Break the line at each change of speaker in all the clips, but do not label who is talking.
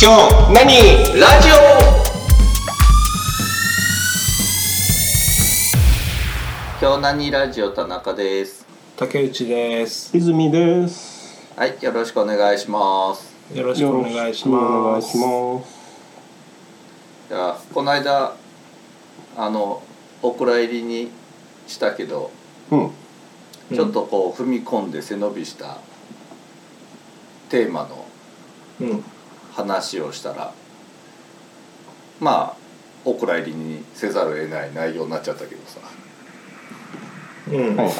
今日何ラジオ
今日何ラジオ田中です。
竹内です。
泉です
はい、よろしくお願いします。
よろしくお願いします。
よろしくお願いします
いや、この間あのお蔵入りにしたけど、
うん
ちょっとこう踏み込んで背伸びしたテーマの
うん、
話をしたら、まあお蔵入りにせざるを得ない内容になっちゃったけどさ、
うん、
はいはい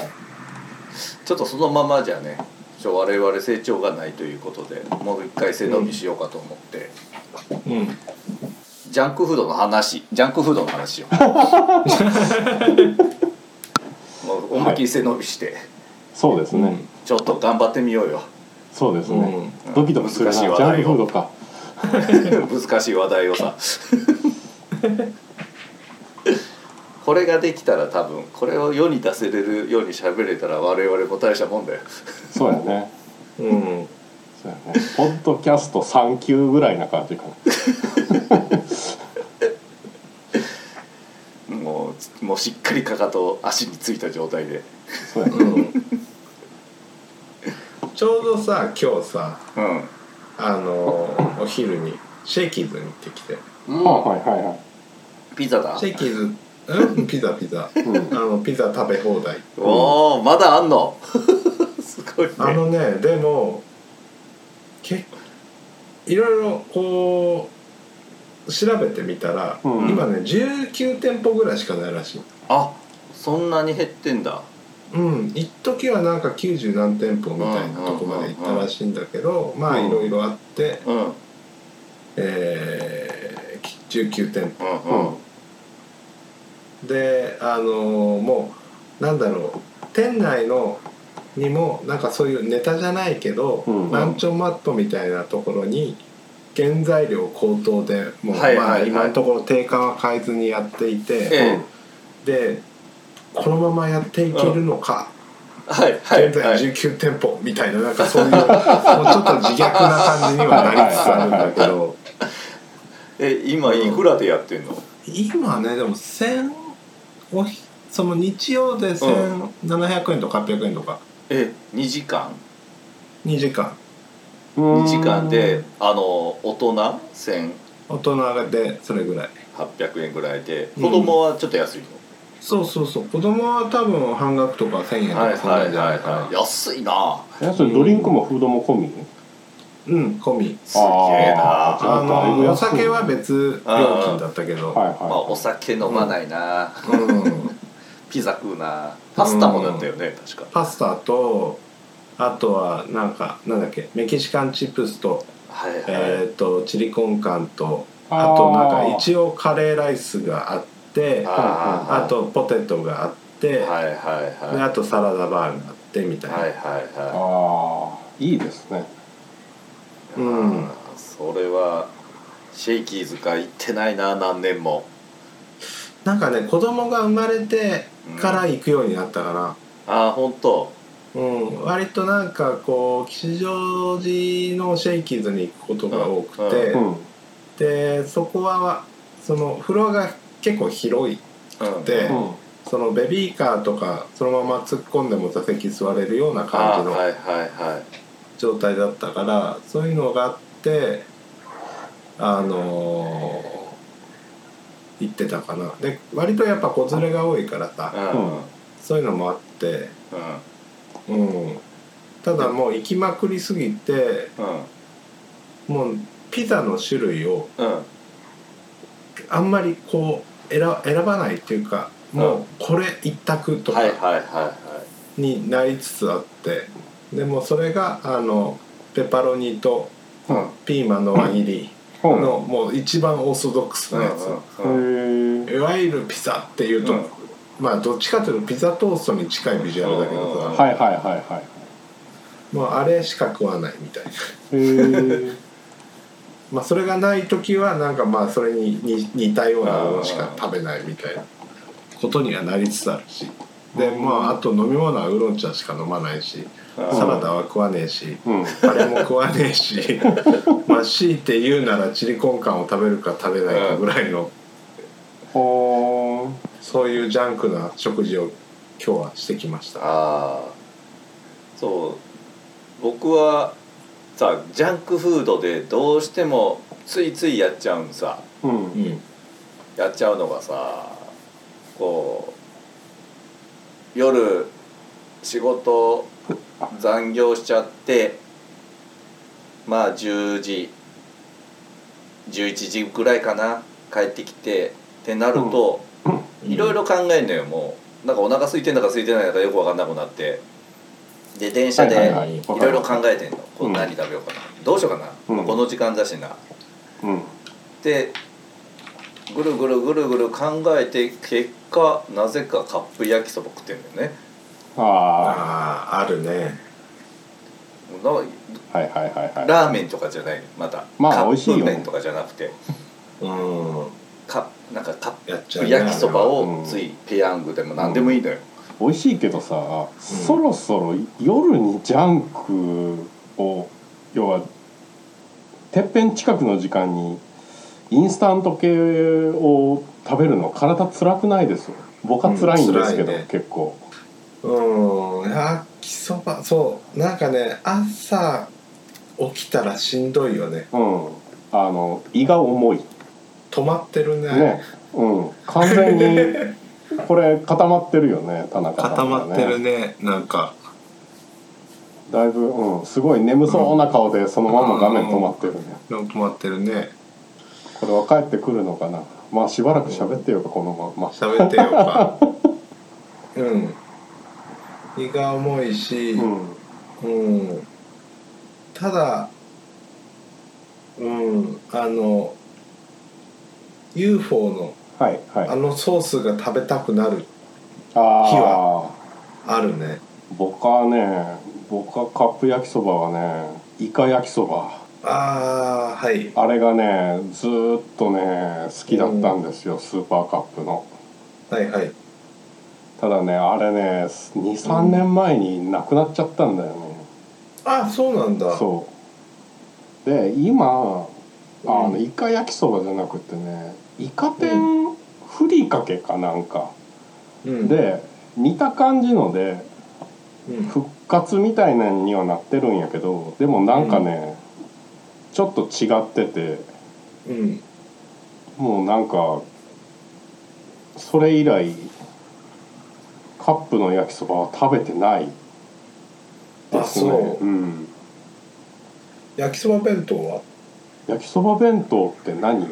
ちょっとそのままじゃね、ちょ我々成長がないということで、もう一回背伸びしようかと思って。
うん、
ジャンクフードの話、ジャンクフードの 話を。もう思いっきり背伸びして、
そうですね、
ちょっと頑張ってみようよ。
そうですね、
うん
ドキドキするなジ
難しい
ャン
話題
ク
を
フードか
難しい話題をさ。これができたら多分これを世に出せれるように喋れたら我々も大したもんだよ。
そうやね
うん、
そうやねポッドキャスト3級ぐらいな感じかな
もうもうしっかりかかと足についた状態で。
そうやね
うん。ちょうどさ、今日さ、
うん。
あのーお昼にシェイキーズに行ってきて、
も
はいはいは
うピザだ
シ。ェイキーズ、うん、 ピザピザ、
い、うん
あのピザ食べ放題。
おおまだあんの。 すごいね。
あのね、でもけいろいろこう調べてみたら、
うん
今ね19店舗ぐらいしかないらしい。
あそんなに減ってんだ
うん一時はなんか90何店舗みたいなとこまで行ったらしいんだけどまあ
うん
いろいろあって、
うんうん
えー19店舗
うん
であのーもうなんだろう店内のにもなんかそういうネタじゃないけど、
うん
ランチョンマットみたいなところに原材料高騰でもう、
はいはいはい
まあ、今のところ定価は変えずにやっていて、
ええ
でこのままやっていけるのか、
はいはい
現
は
在
い
19店舗みたいななんかそういうもうちょっと自虐な感じにはなりつつあるんだけど
え今いくらでやってんの
今ねでも1000おひその日曜で1700円とか800円とか
え2時間
2時間
うん
2時間であの大人
大人でそれぐらい
1800円ぐらいで
う
子
ん
供はちょっと安いの、
そうそうそう子供は多分半額とか1000円と
はい
かそん
は
なん
い
じゃ
は
ないいかな、
はい安いな
えそれドリンクもフードも込み
うん込み
すげえな
あー
あ
だい
の
ぶ安い
お酒は別料金だったけど、
はいはい、
まあお酒飲まないな、
うん
ピザ食うなパスタもだったよね、確か
パスタとあとはなんかなんだっけメキシカンチップスと,、
はいはい、
えー、とチリコンカンと
あー
あとなんか一応カレーライスがあってあ
あー
とポテトがあって、
はいはいはい
で
は
あとサラダバーがあってみたいな、
いはいはい
ああいいですね
うん
それはシェイキーズか行ってないな何年も
なんかね子供が生まれてから行くようになったかな、
ああ本当
うん割となんかこう吉祥寺のシェイキーズに行くことが多くて、
うん
でそこはそのフロアが結構広い
うん
で
うん
そのベビーカーとかそのまま突っ込んでも座席座れるような
あ
感
あ
じの
はいはいはい
状態だったからそういうのがあってあのー行ってたかなで割とやっぱ子連れが多いから
う
さ
んうん
そういうのもあって
うん
うんただもう行きまくりすぎて
うん
もうピザの種類を
うん
あんまりこう選選ばないっていうかもうこれ一択とか
はいはいはいは
になりつつあってでもそれがあのペパロニと
うん
ピーマンの輪切り
うん
のもう一番オーソドックス
い
なや
へ
うんうん
ー
ついわゆるピザっていうと、
うん
まあどっちかというとピザトーストに近いビジュアルだけど
うん
さ、
はいはいはいはい
もうあれしか食わないみたいな。
へー
まあそれがない時はなんかまあそれに似似たようなものしか食べないみたいなことにはなりつつあるしでまああと飲み物はウーロン茶しか飲まないし
うん
サラダは食わねえし
うん
カレーも食わね えしまあ強いて言うならチリコンカンを食べるか食べないかぐらいの
ほーん
そういうジャンクな食事を今日はしてきました。
ああそう僕はさジャンクフードでどうしてもついついやっちゃうんさ
うん
うん
やっちゃうのがさこう夜仕事残業しちゃってまあ10時11時ぐらいかな帰ってきてってなると、いろいろ考えんのよもうなんかお腹空いてんだか空いてないんだかよく分かんなくなってで電車で
はいいはいはいわかる
ろいろ考えてんの、こう
うん
何食べようかな、どうしようかな、
うん
この時間だしな
うん
でぐるぐるぐるぐる考えて結果なぜかカップ焼きそば食ってんだよね
あ
あああるね。
もう
あはいはいはい
な
はい
ラーメンとかじゃないまた、
まあ
カ
美味し
ッ
い
プ
よ
麺とかじゃなくて
うん。
かなんかカ
やっちゃ
ッ
う
プ
ね
焼きそば
う
を
ん
ついペヤングでも何でもいいのよ、
美味しいけどさ、そろそろ夜にジャンクを要はてっぺん近くの時間にインスタント系を食べるの体辛くないです僕は辛いんです
う
けど、
ん辛いね
結構
うん、焼きそばそうなんかね朝起きたらしんどいよね
うんあの胃が重い
止まってるね
ね、うん、完全に これ固まってるよね田中さん
固
が
まってるねなんか
だいぶ、うん、すごい眠そうな顔でそのまま画面止まってるね、
止まってるね
これは帰ってくるのかなまあしばらく喋ってよこのまま
喋ってよ かうん胃が重いし、
うん
うんただうんあの UFO の
はいはい
あのソースが食べたくなる火
あ
は
あ
あるね
僕はね僕はカップ焼きそばはねイカ焼きそば
ああはい
あれがねずーっとね好きだったんですよ、スーパーカップの
はいはい
ただねあれね23年前になくなっちゃったんだよね、
あそうなんだ
そうで今あの、
うん
イカ焼きそばじゃなくてねイカ天ふりかけかなんか、
う、ん、
で似た感じので
うん、
復活みたいなのにはなってるんやけどでもなんかね、ちょっと違ってて
うん、
もうなんかそれ以来カップの焼きそばは食べてないで
あ
すね、
そう
ん、
う焼きそば弁当は
焼きそば弁当って何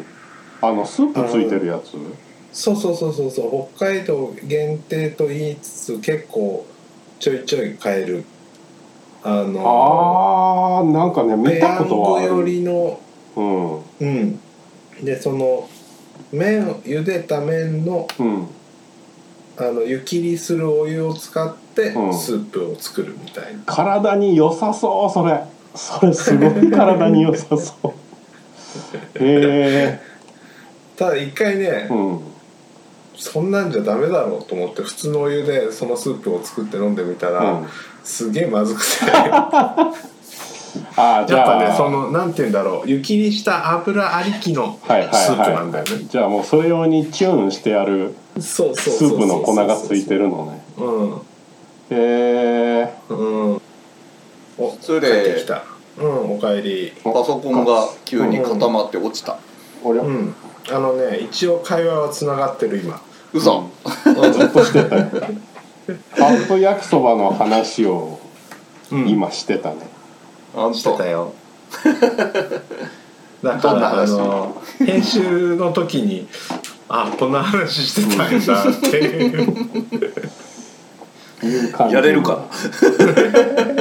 あのスープついてるやつ
そうそうそうそうそう北海道限定と言いつつ結構ちょいちょい買えるあの
あーなんかね見
ペヤ
た
ン
ことは
グ
ある
よりの
うん
うんでその麺を茹でた麺の
うん
あの湯切りするお湯を使って
うん
スープを作るみたいな、
体に良さそうそれそれすごい体に良さそうへ
ただ一回ね
え、うん
そんなんじゃダメだろうと思って普通のお湯でそのスープを作って飲んでみたら、
うん
すげえまずく て
ああじ
やっ
ゃあ
ぱねそのなんて言うんだろう湯切りした油ありきのス
はいはいはい
ープなんだよね、
じゃあもうそれ用にチューンしてある
そうそう
ス
そう
ープの粉がついてるのね
うん
へえ
うんお
失
帰
礼
ってきたうんおかえり
パソコンが急に固まって落ちた、
俺
う
は
んあのね一応会話はつながってる今
嘘、
ずっとしてたよカップ焼きそばの話を今してたね、
あんと
して たよだか
どんな
らあ
話
の編集の時にあこんな話してたんだって いう
いう感じ
やれるか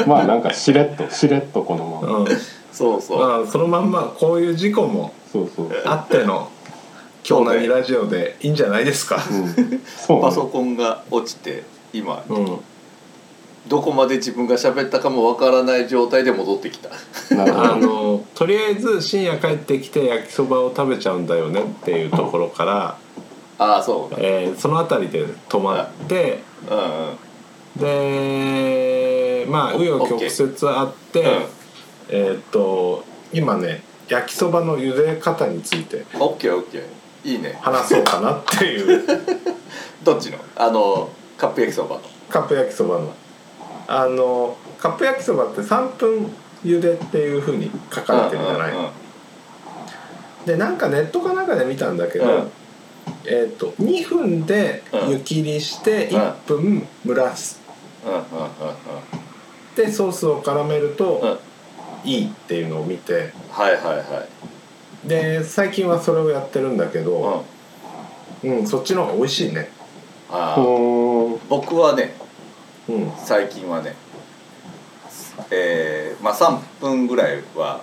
まあなんかしれっとしれっとこのまま、
うん
そうそう、
まあそのまんまこういう事故も
そうそう、う
あっての今日何ラジオでいいんじゃないですか。
ん、そう、ね、
パソコンが落ちて今
うん、
どこまで自分が喋ったかもわからない状態で戻ってきた
なるほ
あ
ど
のとりあえず深夜帰ってきて焼きそばを食べちゃうんだよねっていうところから、
ああそう
えーその辺りで止まって
うんうん
でまあ紆余曲折あって、
うん
えーっと今ね焼きそばの茹で方について
オッケーオッケーいいね
話そうかなっていう
どっちのあのカップ焼きそばの
カップ焼きそばのあのカップ焼きそばって3分茹でっていうふうに書かれてるじゃない、
うんうんうん
でなんかネットかなんかで見たんだけど、
うん
えーっと2分で湯切りして
うん
1分蒸らす
うんうん
でソースを絡める
うんうんうん
といいっていうのを見て
はいはいはい
で最近はそれをやってるんだけ
うん
ど、うんそっちの方が美味しいね、
あ
う
ー
ーん
僕はね
うん、
最近はねえー、まあ3分ぐらいは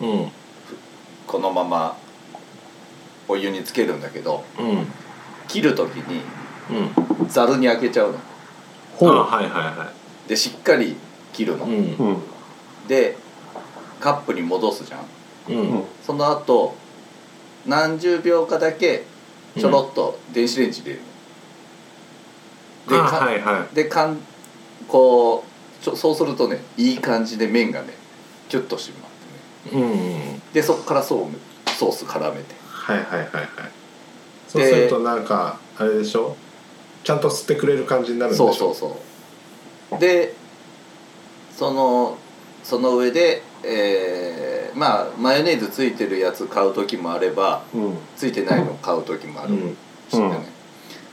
うん
このままお湯につけるんだけど
うん
切る時に
うん
ざるに開けちゃうの
ほう
あはいは
でしっかり切るの、
いはいうん
うん
でカップに戻すじゃん
う
うんん
その後何十秒かだけちょろっと電子レンジで入れる
あ
の、でか
はいは
でかんこうちょそうするとねいい感じで麺がねキュッと締まってね
いうんうん
でそこからそうソース絡めて
はいはいはいはいそうするとなんかあれでしょちゃんと吸ってくれる感じになるんでし
そ
ょ
うそうそうでそのその上で、えーまあマヨネーズついてるやつ買う時もあれば
うん
ついてないの買う時もある
ん
し、ね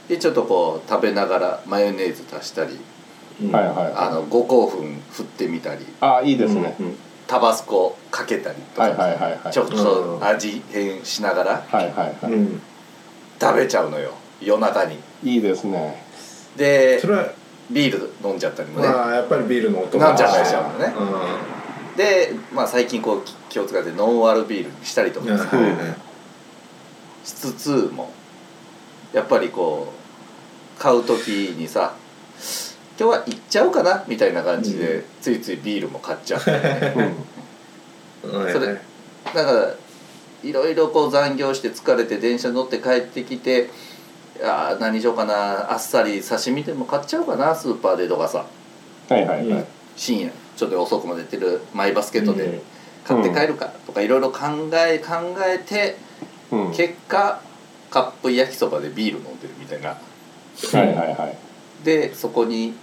でちょっとこう食べながらマヨネーズ足したり
うん
はいはい
あ
はい
の五香粉振ってみたり
あいいですね
うん
タバスコかけたりとか、
はいはいはいはい
ちょっと
うん
味変しながら
はいはいは
うん
食べちゃうのよ夜中に
いいいですね
で
それは
ビール飲んじゃったりもね
まあやっぱりビールの音
なんじゃない
でしょう
ねで、まあ、最近こうき気を使ってノンアルビールにしたりと
うん
か
はいはい
しつつもやっぱりこう買う時にさ今日は行っちゃうかなみたいな感じで、
う
ついついビールも買っちゃったりね
うん
うん
それだからいろいろこう残業して疲れて電車乗って帰ってきてあー何しようかなあっさり刺身でも買っちゃおうかなスーパーでとかさ
はいはいはい
深夜ちょっと遅くまでやってるマイバスケットで買って帰るかとかいろいろ考え考えて
うんはい
結果カップ焼きそばでビール飲んでるみたいな
はいはい
でそこに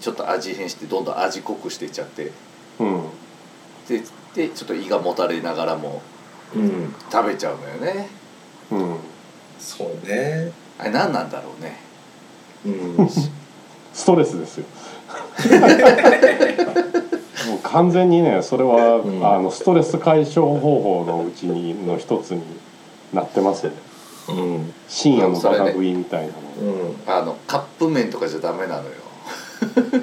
ちょっと味変してどんどん味濃くしていっちゃって
うん
ででちょっと胃がもたれながらも
うん
食べちゃうのよね
うん
そうね
あれ何なんだろうね
うん
ストレスですよもう完全にねそれは、
うん
あのストレス解消方法のうちにの一つになってますね
うん
深夜のバカ食いみたいなの、
うん
あのカップ麺とかじゃダメなのよ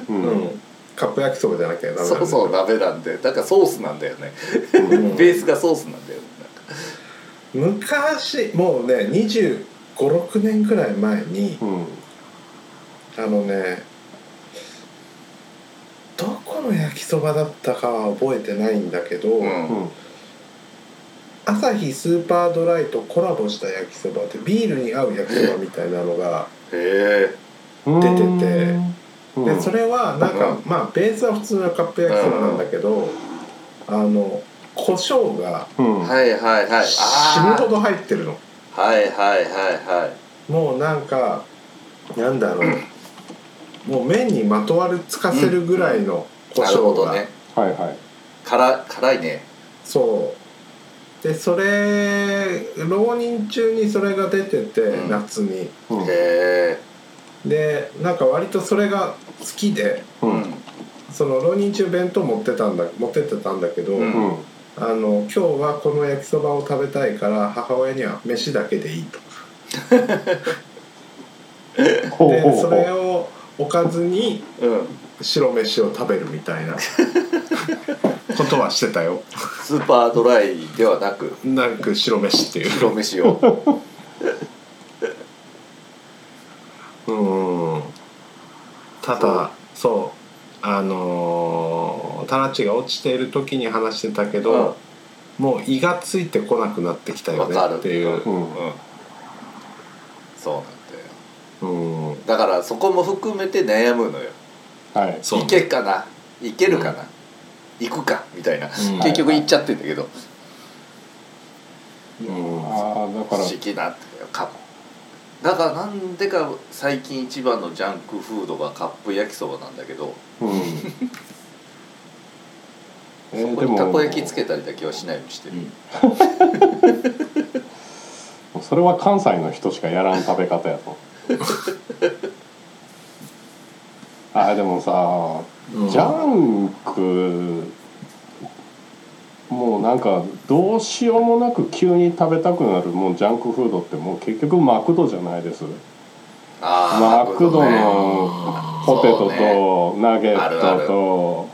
うん
うんカップ焼きそばじゃなきゃダメ
そうそう
う
ダメなんでだからソースなんだよね
うん
ベースがソースなんだよなんか
昔もうね2 5 6年くらい前に
うん
あのねどこの焼きそばだったかは覚えてないんだけど、
うん
うん
朝日スーパードライとコラボした焼きそばってビールに合う焼きそばみたいなのが、
へえ
うん
出てて
うん
でそれはなんか、
うん
まあベースは普通のカップ焼きそばなんだけど、あの胡椒が
うん
はいはいはい
死ぬ
あ
ほど入ってるの。
あはいはいはいはい
もうなんかなんだろう、もう麺にまとわりつかせるぐらいの胡
なるほ
椒が、
どね
はいはい
辛辛いね
そうでそれ浪人中にそれが出てて、
うん
夏に
うん
へえ
でなんか割とそれが好きで
う
うんん
その浪人中弁当持ってたんだ持ってってたんだけど、
う
うんん
あの今日はこの焼きそばを食べたいから母親には飯だけでいいと
ほう
で
ほう
そ
ほ
れ
う
をおかずに
うん
白飯を食べるみたいなことはしてたよ
スーパードライではなく
なんか白飯っていう
白飯を
うんただそうあのータラチが落ちている時に話してたけど、もう胃がついてこなくなってきたよね
わかる
っていう
う
うんんそうなんだよ
うん
だからそこも含めて悩むのよ
はい
そう
行けっかな行けるかな、行くかみたいな、
ん
結局行っちゃってんだけど、
うん
ああだ
不
から
思議なかもだからなんでか最近一番のジャンクフードがカップ焼きそばなんだけど、
うんえ
そ
ー
こ
で
に
も
たこ焼きつけたりだけはしないようにしてる、
それは関西の人しかやらん食べ方や とあーでもさ
うん
ジャンクもうなんかどうしようもなく急に食べたくなるもうジャンクフードってもう結局マクドじゃないです
ああ
マクド
ね、
のポテトとナゲ
あるあ
ット
る
と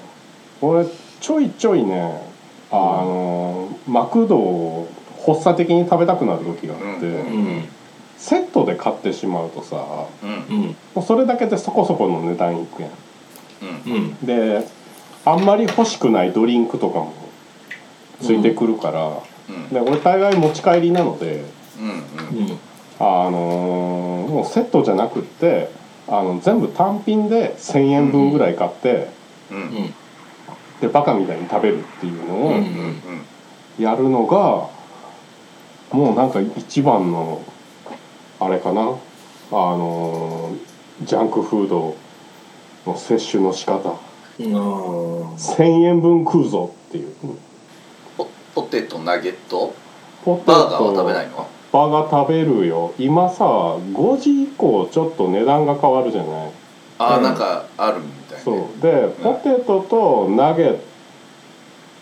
俺ちょいちょいねあのマクドを発作的に食べたくなる時があっ
う
て
うん
セットで買ってしまうとさも
うん
うん
うそれだけでそこそこの値段いくやん
うん
うん
であんまり欲しくないドリンクとかもついてくるから、
うん
で俺大概持ち帰りなので、
うん
うん
あのーもうセットじゃなくってあの全部単品で1,000円分ぐらい買って、
うんうん
うん
でバカみたいに食べるっていうの
う
を
うん
ん
やるのが、もうなんか一番のあれかなあのージャンクフードの摂取の仕方
うんあー
1,000円分食うぞっていう。
ポポテトナゲット
ポテト
バーガーは食べないの
バーガー食べるよ今さ5時以降ちょっと値段が変わるじゃない
ああ、
うん
なんかあるみたいね
そうでポテトとナゲッ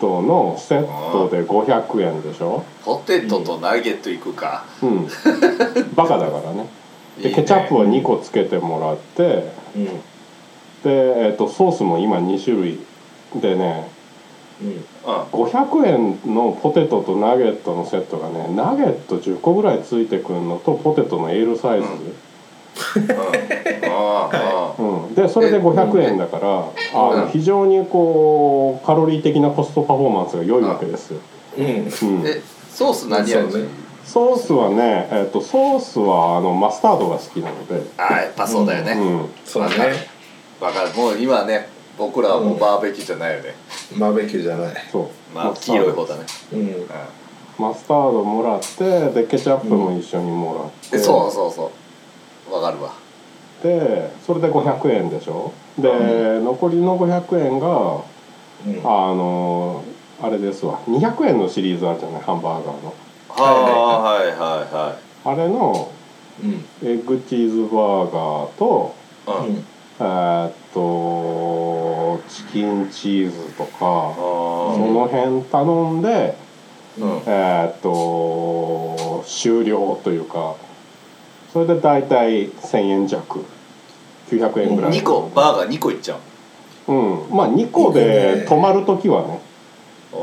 トのセットで500円でしょ
ポテトとナゲットいくか、
うん バカだからね
いい
で
ね
ケチャップを2個つけてもらって
うん
で、えっとソースも今2種類でね
うん
うん
500円のポテトとナゲットのセットがねナゲット10個ぐらいついてくるのとポテトの L サイズ、
う
うん、でそれで500円だからあ
うん
の非常にこうカロリー的なコストパフォーマンスが良いわけですよ、
うん
うん
ん、えソース何味、
そうね
ソースはね、えっとソースはあのマスタードが好きなので、
ああやっぱそうだよ
う
ね
ん、
そうね
わ、かるもう今ね僕らはもうバーベキューじゃないよね、
バーベキューじゃない
そう、
まあ
マス
黄
タード
色い方だね、
うん
う
マスタードもらってでケチャップも一緒にもらって、
ん、そうそうそうわかるわ
でそれで500円でしょで、残りの500円が
うん
あのあれですわ200円のシリーズあるじゃないハンバーガーの
はいはいは
あれの
うん
エッグチーズバーガーと
いはい、うん、
うん
えーっとチキンチーズとかそ
あ
の辺頼んで
うん
えーっと終了というかそれで大体1,000円弱900円ぐらい
2個バーガー2個いっちゃう
うんまあ2個で泊まる時はね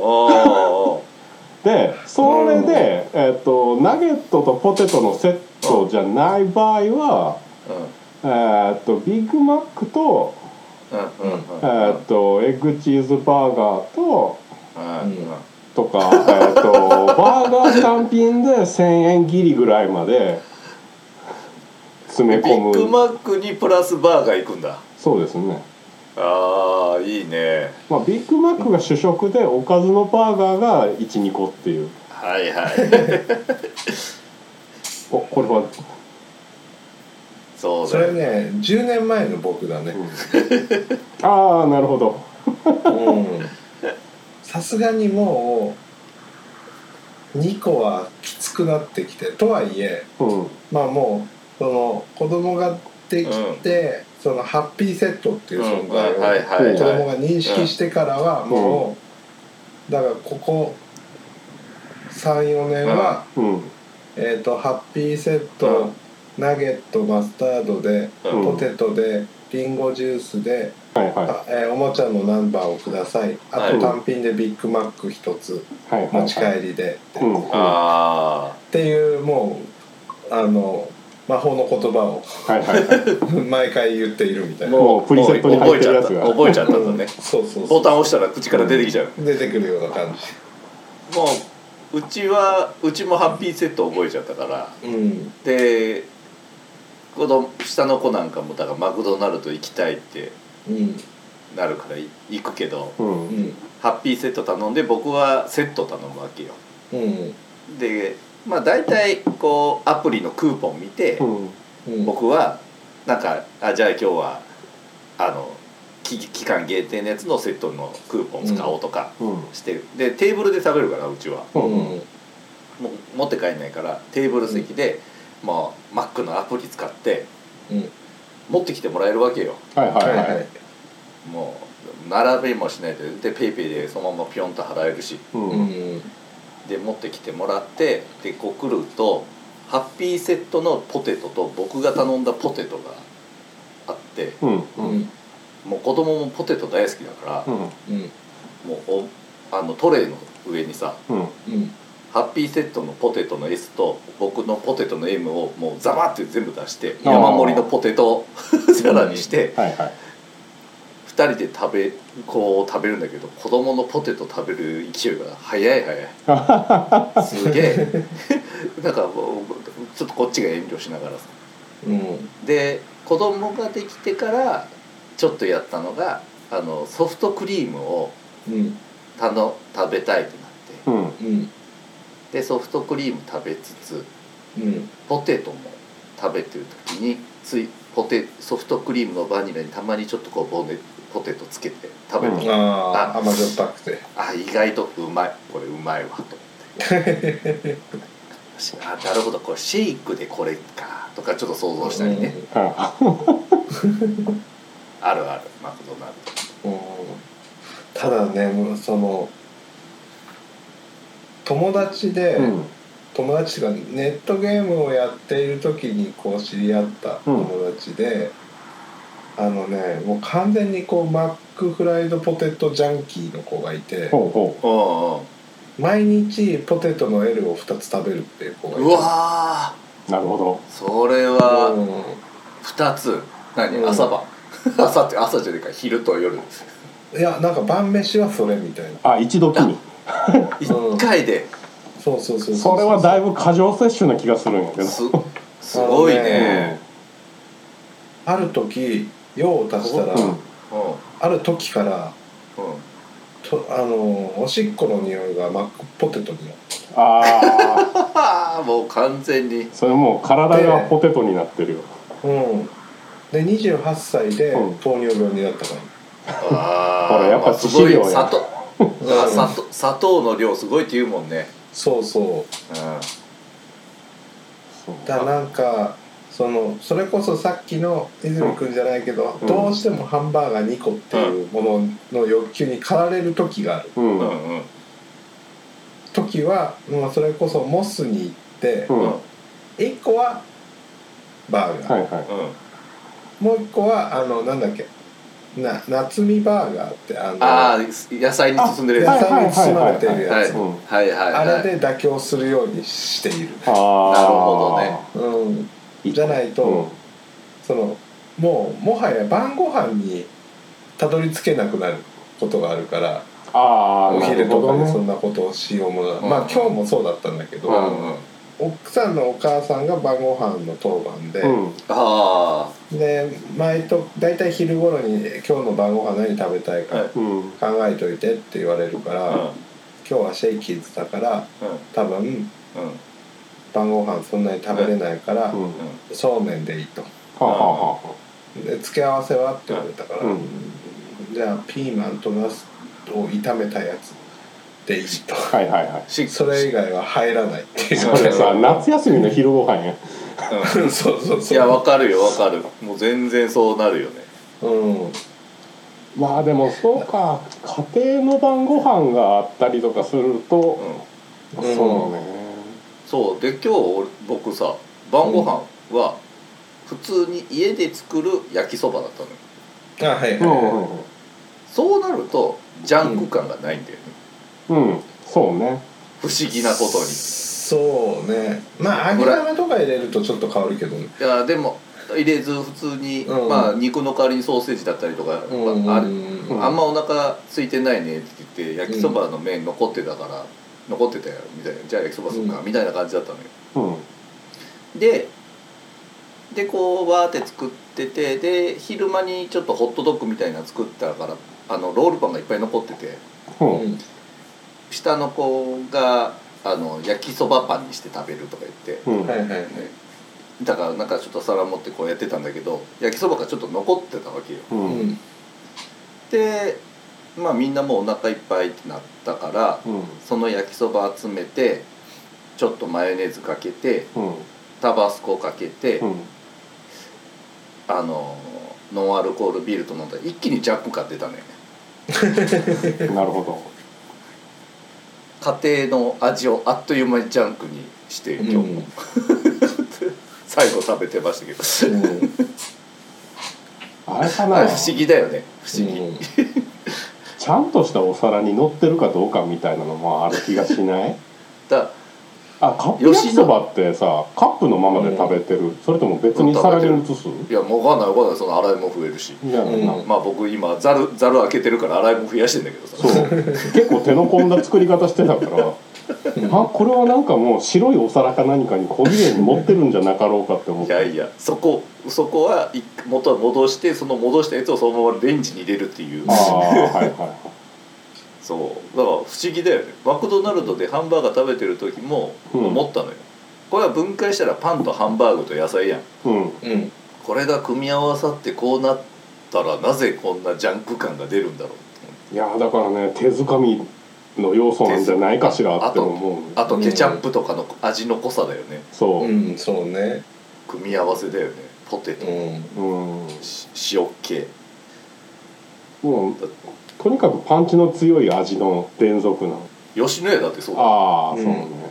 お
でそれで、えーっとナゲットとポテトのセットじゃない場合は、
ーうん
えーっとビッグマックと
うんうん
えーっとエッグチーズバーガーと
うんうん
とか、えっとバーガー単品で1,000円ギリぐらいまで詰め
ビ
込
ッグ
む
マックにプラスバーガー行くんだ
そうですね、
ああいいね
まあ、ビッグマックが主食でおかずのバーガーが12個っていう
はい はい
おこれは、
そう
そ
だ
れ
よね
ね10年前の僕だね
うんああなるほど
うんさすがにもう2個はきつくなってきてとはいえ
うん
まあもうその子供ができて、そのハッピーセットっていう
うん
存
は
在
いはい
を
はい
子供
は
が認識してからはもう、だからここ34年は、
うん
えー、とハッピーセット、ナゲットマスタードで、
うん
ポテトでリンゴジュースで、
はいはい
あえーおもちゃのナンバーをくださいあ
は
と
い
単品でビッグマック1つ
はいはい
持ち
はい
帰りでって,、
うんう
っ
ん
いあ
ていうもうあの魔法の言葉を。
はいはいはい
毎回言っているみた
あ
いな
もうプリセットに入ってるやつが
もう覚えちゃった覚えちゃったんだね
そうそうそ
ボ
う
タン押したら口から出てきちゃう、
出てくるような感
もううちはうちもハッピーセット覚えちゃったから
じうん
で子供下の子なんかもだからマクドナルド行きたいって
うん
なるからい行くけど
うん
う、ん
ハッピーセット頼んで僕はセット頼むわけよ
うん
でまあ大体こうアプリのクーポン見て、
うん、
うん
僕はなんかあじゃあ今日はあの期期間限定のやつのセットのクーポン使おうとか
うん、
して、でテーブルで食べるからうちは
う、
うんん
もう持って帰んないからテーブル席で、まあ、マックのアプリ使って
うん
持ってきてもらえるわけよ
はいはい
はい
は
はいい、
もう並びもしないででペイペイでそのままピョンと払えるし
う、
うんん
で持ってきてもらってでこう来るとハッピーセットのポテトと僕が頼んだポテトがあって
うん、
う
うん、
ん
もう子供もポテト大好きだから、
うん、
うん
もうおあのトレイの上にさ
うん、
うん
ハッピーセットのポテトの S と僕のポテトの M をもうザバッて全部出して
あー
山盛りのポテトを さらにして
はいはい、
2人で食べこう食べるんだけど子供のポテト食べる勢いが早い早いすげえ なんかもうちょっとこっちが遠慮しながらさ
うん
で子供ができてからちょっとやったのがあのソフトクリームを
うん
たの食べたいってなって
うん、
うん
でソフトクリーム食べつつ
うん
ポテトも食べてる時についポテソフトクリームのバニラにたまにちょっとこうボネポテトつけて食べると、
うん
あ
あ
あ
あ甘じょっぱくて
あ意外とうまいこれうまいわと思って私あなるほどこれシェイクでこれかとかちょっと想像したりね、
は
あるあるマクドナル
うんただねもうその友達で、
い、うん、
友達がネットゲームをやっている時にこう知り合った友達で、あのねもう完全にこうマックフライドポテトジャンキーの子がいて
ほうほ
ド
毎日ポテトの L を2つ食べるっていう子がいて
うわ
う、なるほど、
ーそれ
う
は
ん
2つ何、
うん
朝晩 朝って朝じゃねえか昼と夜
いやなんか晩飯はそれみたいな
あ、一度きに、
1回で、
そうそうそう
それはだい
ぶ
ぶ過剰摂取な気がするんやけど、
すすごいね、
ある時用を足したら、
うん、
うん
ある時から
う
とあのおしっこの匂いがマックポテトになって
ああ、
ん、もう完全に
それもう体がポテトになってるよ、
うんで28歳で
うん
糖尿病になったから、
あ
ほらやっぱ
まあすごい
致死量や
砂糖
うん
あ砂糖砂糖の量すごいって言うもんね、
そうそう
そう
うだからなんかそのそれこそさっきの泉君じゃないけど、
うん
どうしてもハンバーガー2個っていうものの欲求に駆られる時がある
うん、
ん、う
う
ん
ん、
うん
時は、まあ、それこそモスに行って、
うん
うん
1個はバーガー、
はいはい、
もう1個はあのなんだっけな夏見バーガーってあの
ああ野菜に包んでる
野
やつ
菜に包まれてるやつ、
うん、
はいはいはい
あれで妥協するようにしている、
ああ、
なるほどね、
うん、じゃないと、
うん、
そのもうもはや晩ご飯にたどり着けなくなることがあるから
ああ、
お
なる
昼
ほ
とか
ど
にそ
ね、
んなことをしようもの
うん
まあ今日もそうだったんだけ
う
ど、
んうん
奥さんのお母さんが晩ご飯の当番で、
うん、
あ
で毎と大体昼頃に「今日の晩ご飯何食べたい
は
か
い
うん、
考えといて」って言われるから、
あ
今日はシェイキーズだか
う
ら
ん
多分
うんうん
晩ご飯そんなに食べれないから、
うん、
うん
そうめんでいいと。
はあ、はあはあ。
で付け合わせはって言われたから、
うん
じゃあピーマンとナスを炒めたやつでいいと
はいはいはい。
し
それ以外は入らないっていう
それさ、夏休みの昼ご飯や。
う
そうそ
ん、
うそう
いやわかるよわかるもう全然そうなるよね
うん
まあでもそうか、家庭の晩ご飯があったりとかする
う
と、
ん
うん
そうね。
そうで今日俺僕さ晩ご飯は普通に家で作る焼きそばだったのよ
あはいはい、
うん
は
そうなるとジャンク感がないんだよね、
うん、うん、そうね。
不思
い
議なことに
そうねまあ揚げ玉とか入れるとちょっと変わるけどね
いやでも入れず普通に、
うん
まあ肉の代わりにソーセージだったりとか、
うん
まああれ
うん
あんまお腹空いてないねって言って焼きそばの麺残ってたから、残ってたよみたいなじゃあ焼きそばするか、
うん
みたいな感じだったのよ
うん、
ででこうわーって作っててで昼間にちょっとホットドッグみたいなの作ったからあのロールパンがいっぱい残ってて
うん
うん
下の子があの焼きそばパンにして食べるとか言って
うん
はいはいはい
だからなんかちょっと皿持ってこうやってたんだけど焼きそばがちょっと残ってたわけよ
うん
うん
でまあみんなもうお腹いっぱいってなったから
うん
その焼きそば集めてちょっとマヨネーズかけて
うん
タバスコかけて、
うん
あのノンアルコールビールと飲んだら一気にジャック買ってたね
なるほ
家庭の味をあっという間にジャンクにして今日も、
うん
最後食べてましたけど
うん
どあ れか
あ
な
れ不思議だよね不思議、
うん
ちゃんとしたお皿に乗ってるかどうかみたいなのもある気がしない
だ
あカップ焼きそばってさカップのままで食べてるそれとも別に皿に移す
いやもうわかんないわかんないその洗いも増えるし
みたいな
うん
まあ僕今ざるざる開けてるから洗いも増やしてんだけどさ
そう結構手の込んだ作り方してたから あこれはなんかもう白いお皿か何かに小綺麗に持ってるんじゃなかろうかって思っ
い
て
やいやそこそこは一回元は戻してその戻したやつをそのままレンジに入れるっていう
ああはいは
そうだから不思議だよねマクドナルドでハンバーガー食べてる時も
うん
思ったのよ、これは分解したらパンとハンバーグと野菜やん
いうん
うん
これが組み合わさってこうなったらなぜこんなジャンク感が出るんだろう
いやだからね手づかみの要素なんじゃないかしらって思う
あとケチャップとかの味の濃さだよね
そううん
そうね
組み合わせだよねポテト、
うん
うん
し塩系
もうとにかくパンチの強い味の連続なの
吉野家だってそうだ
ああそうね、
う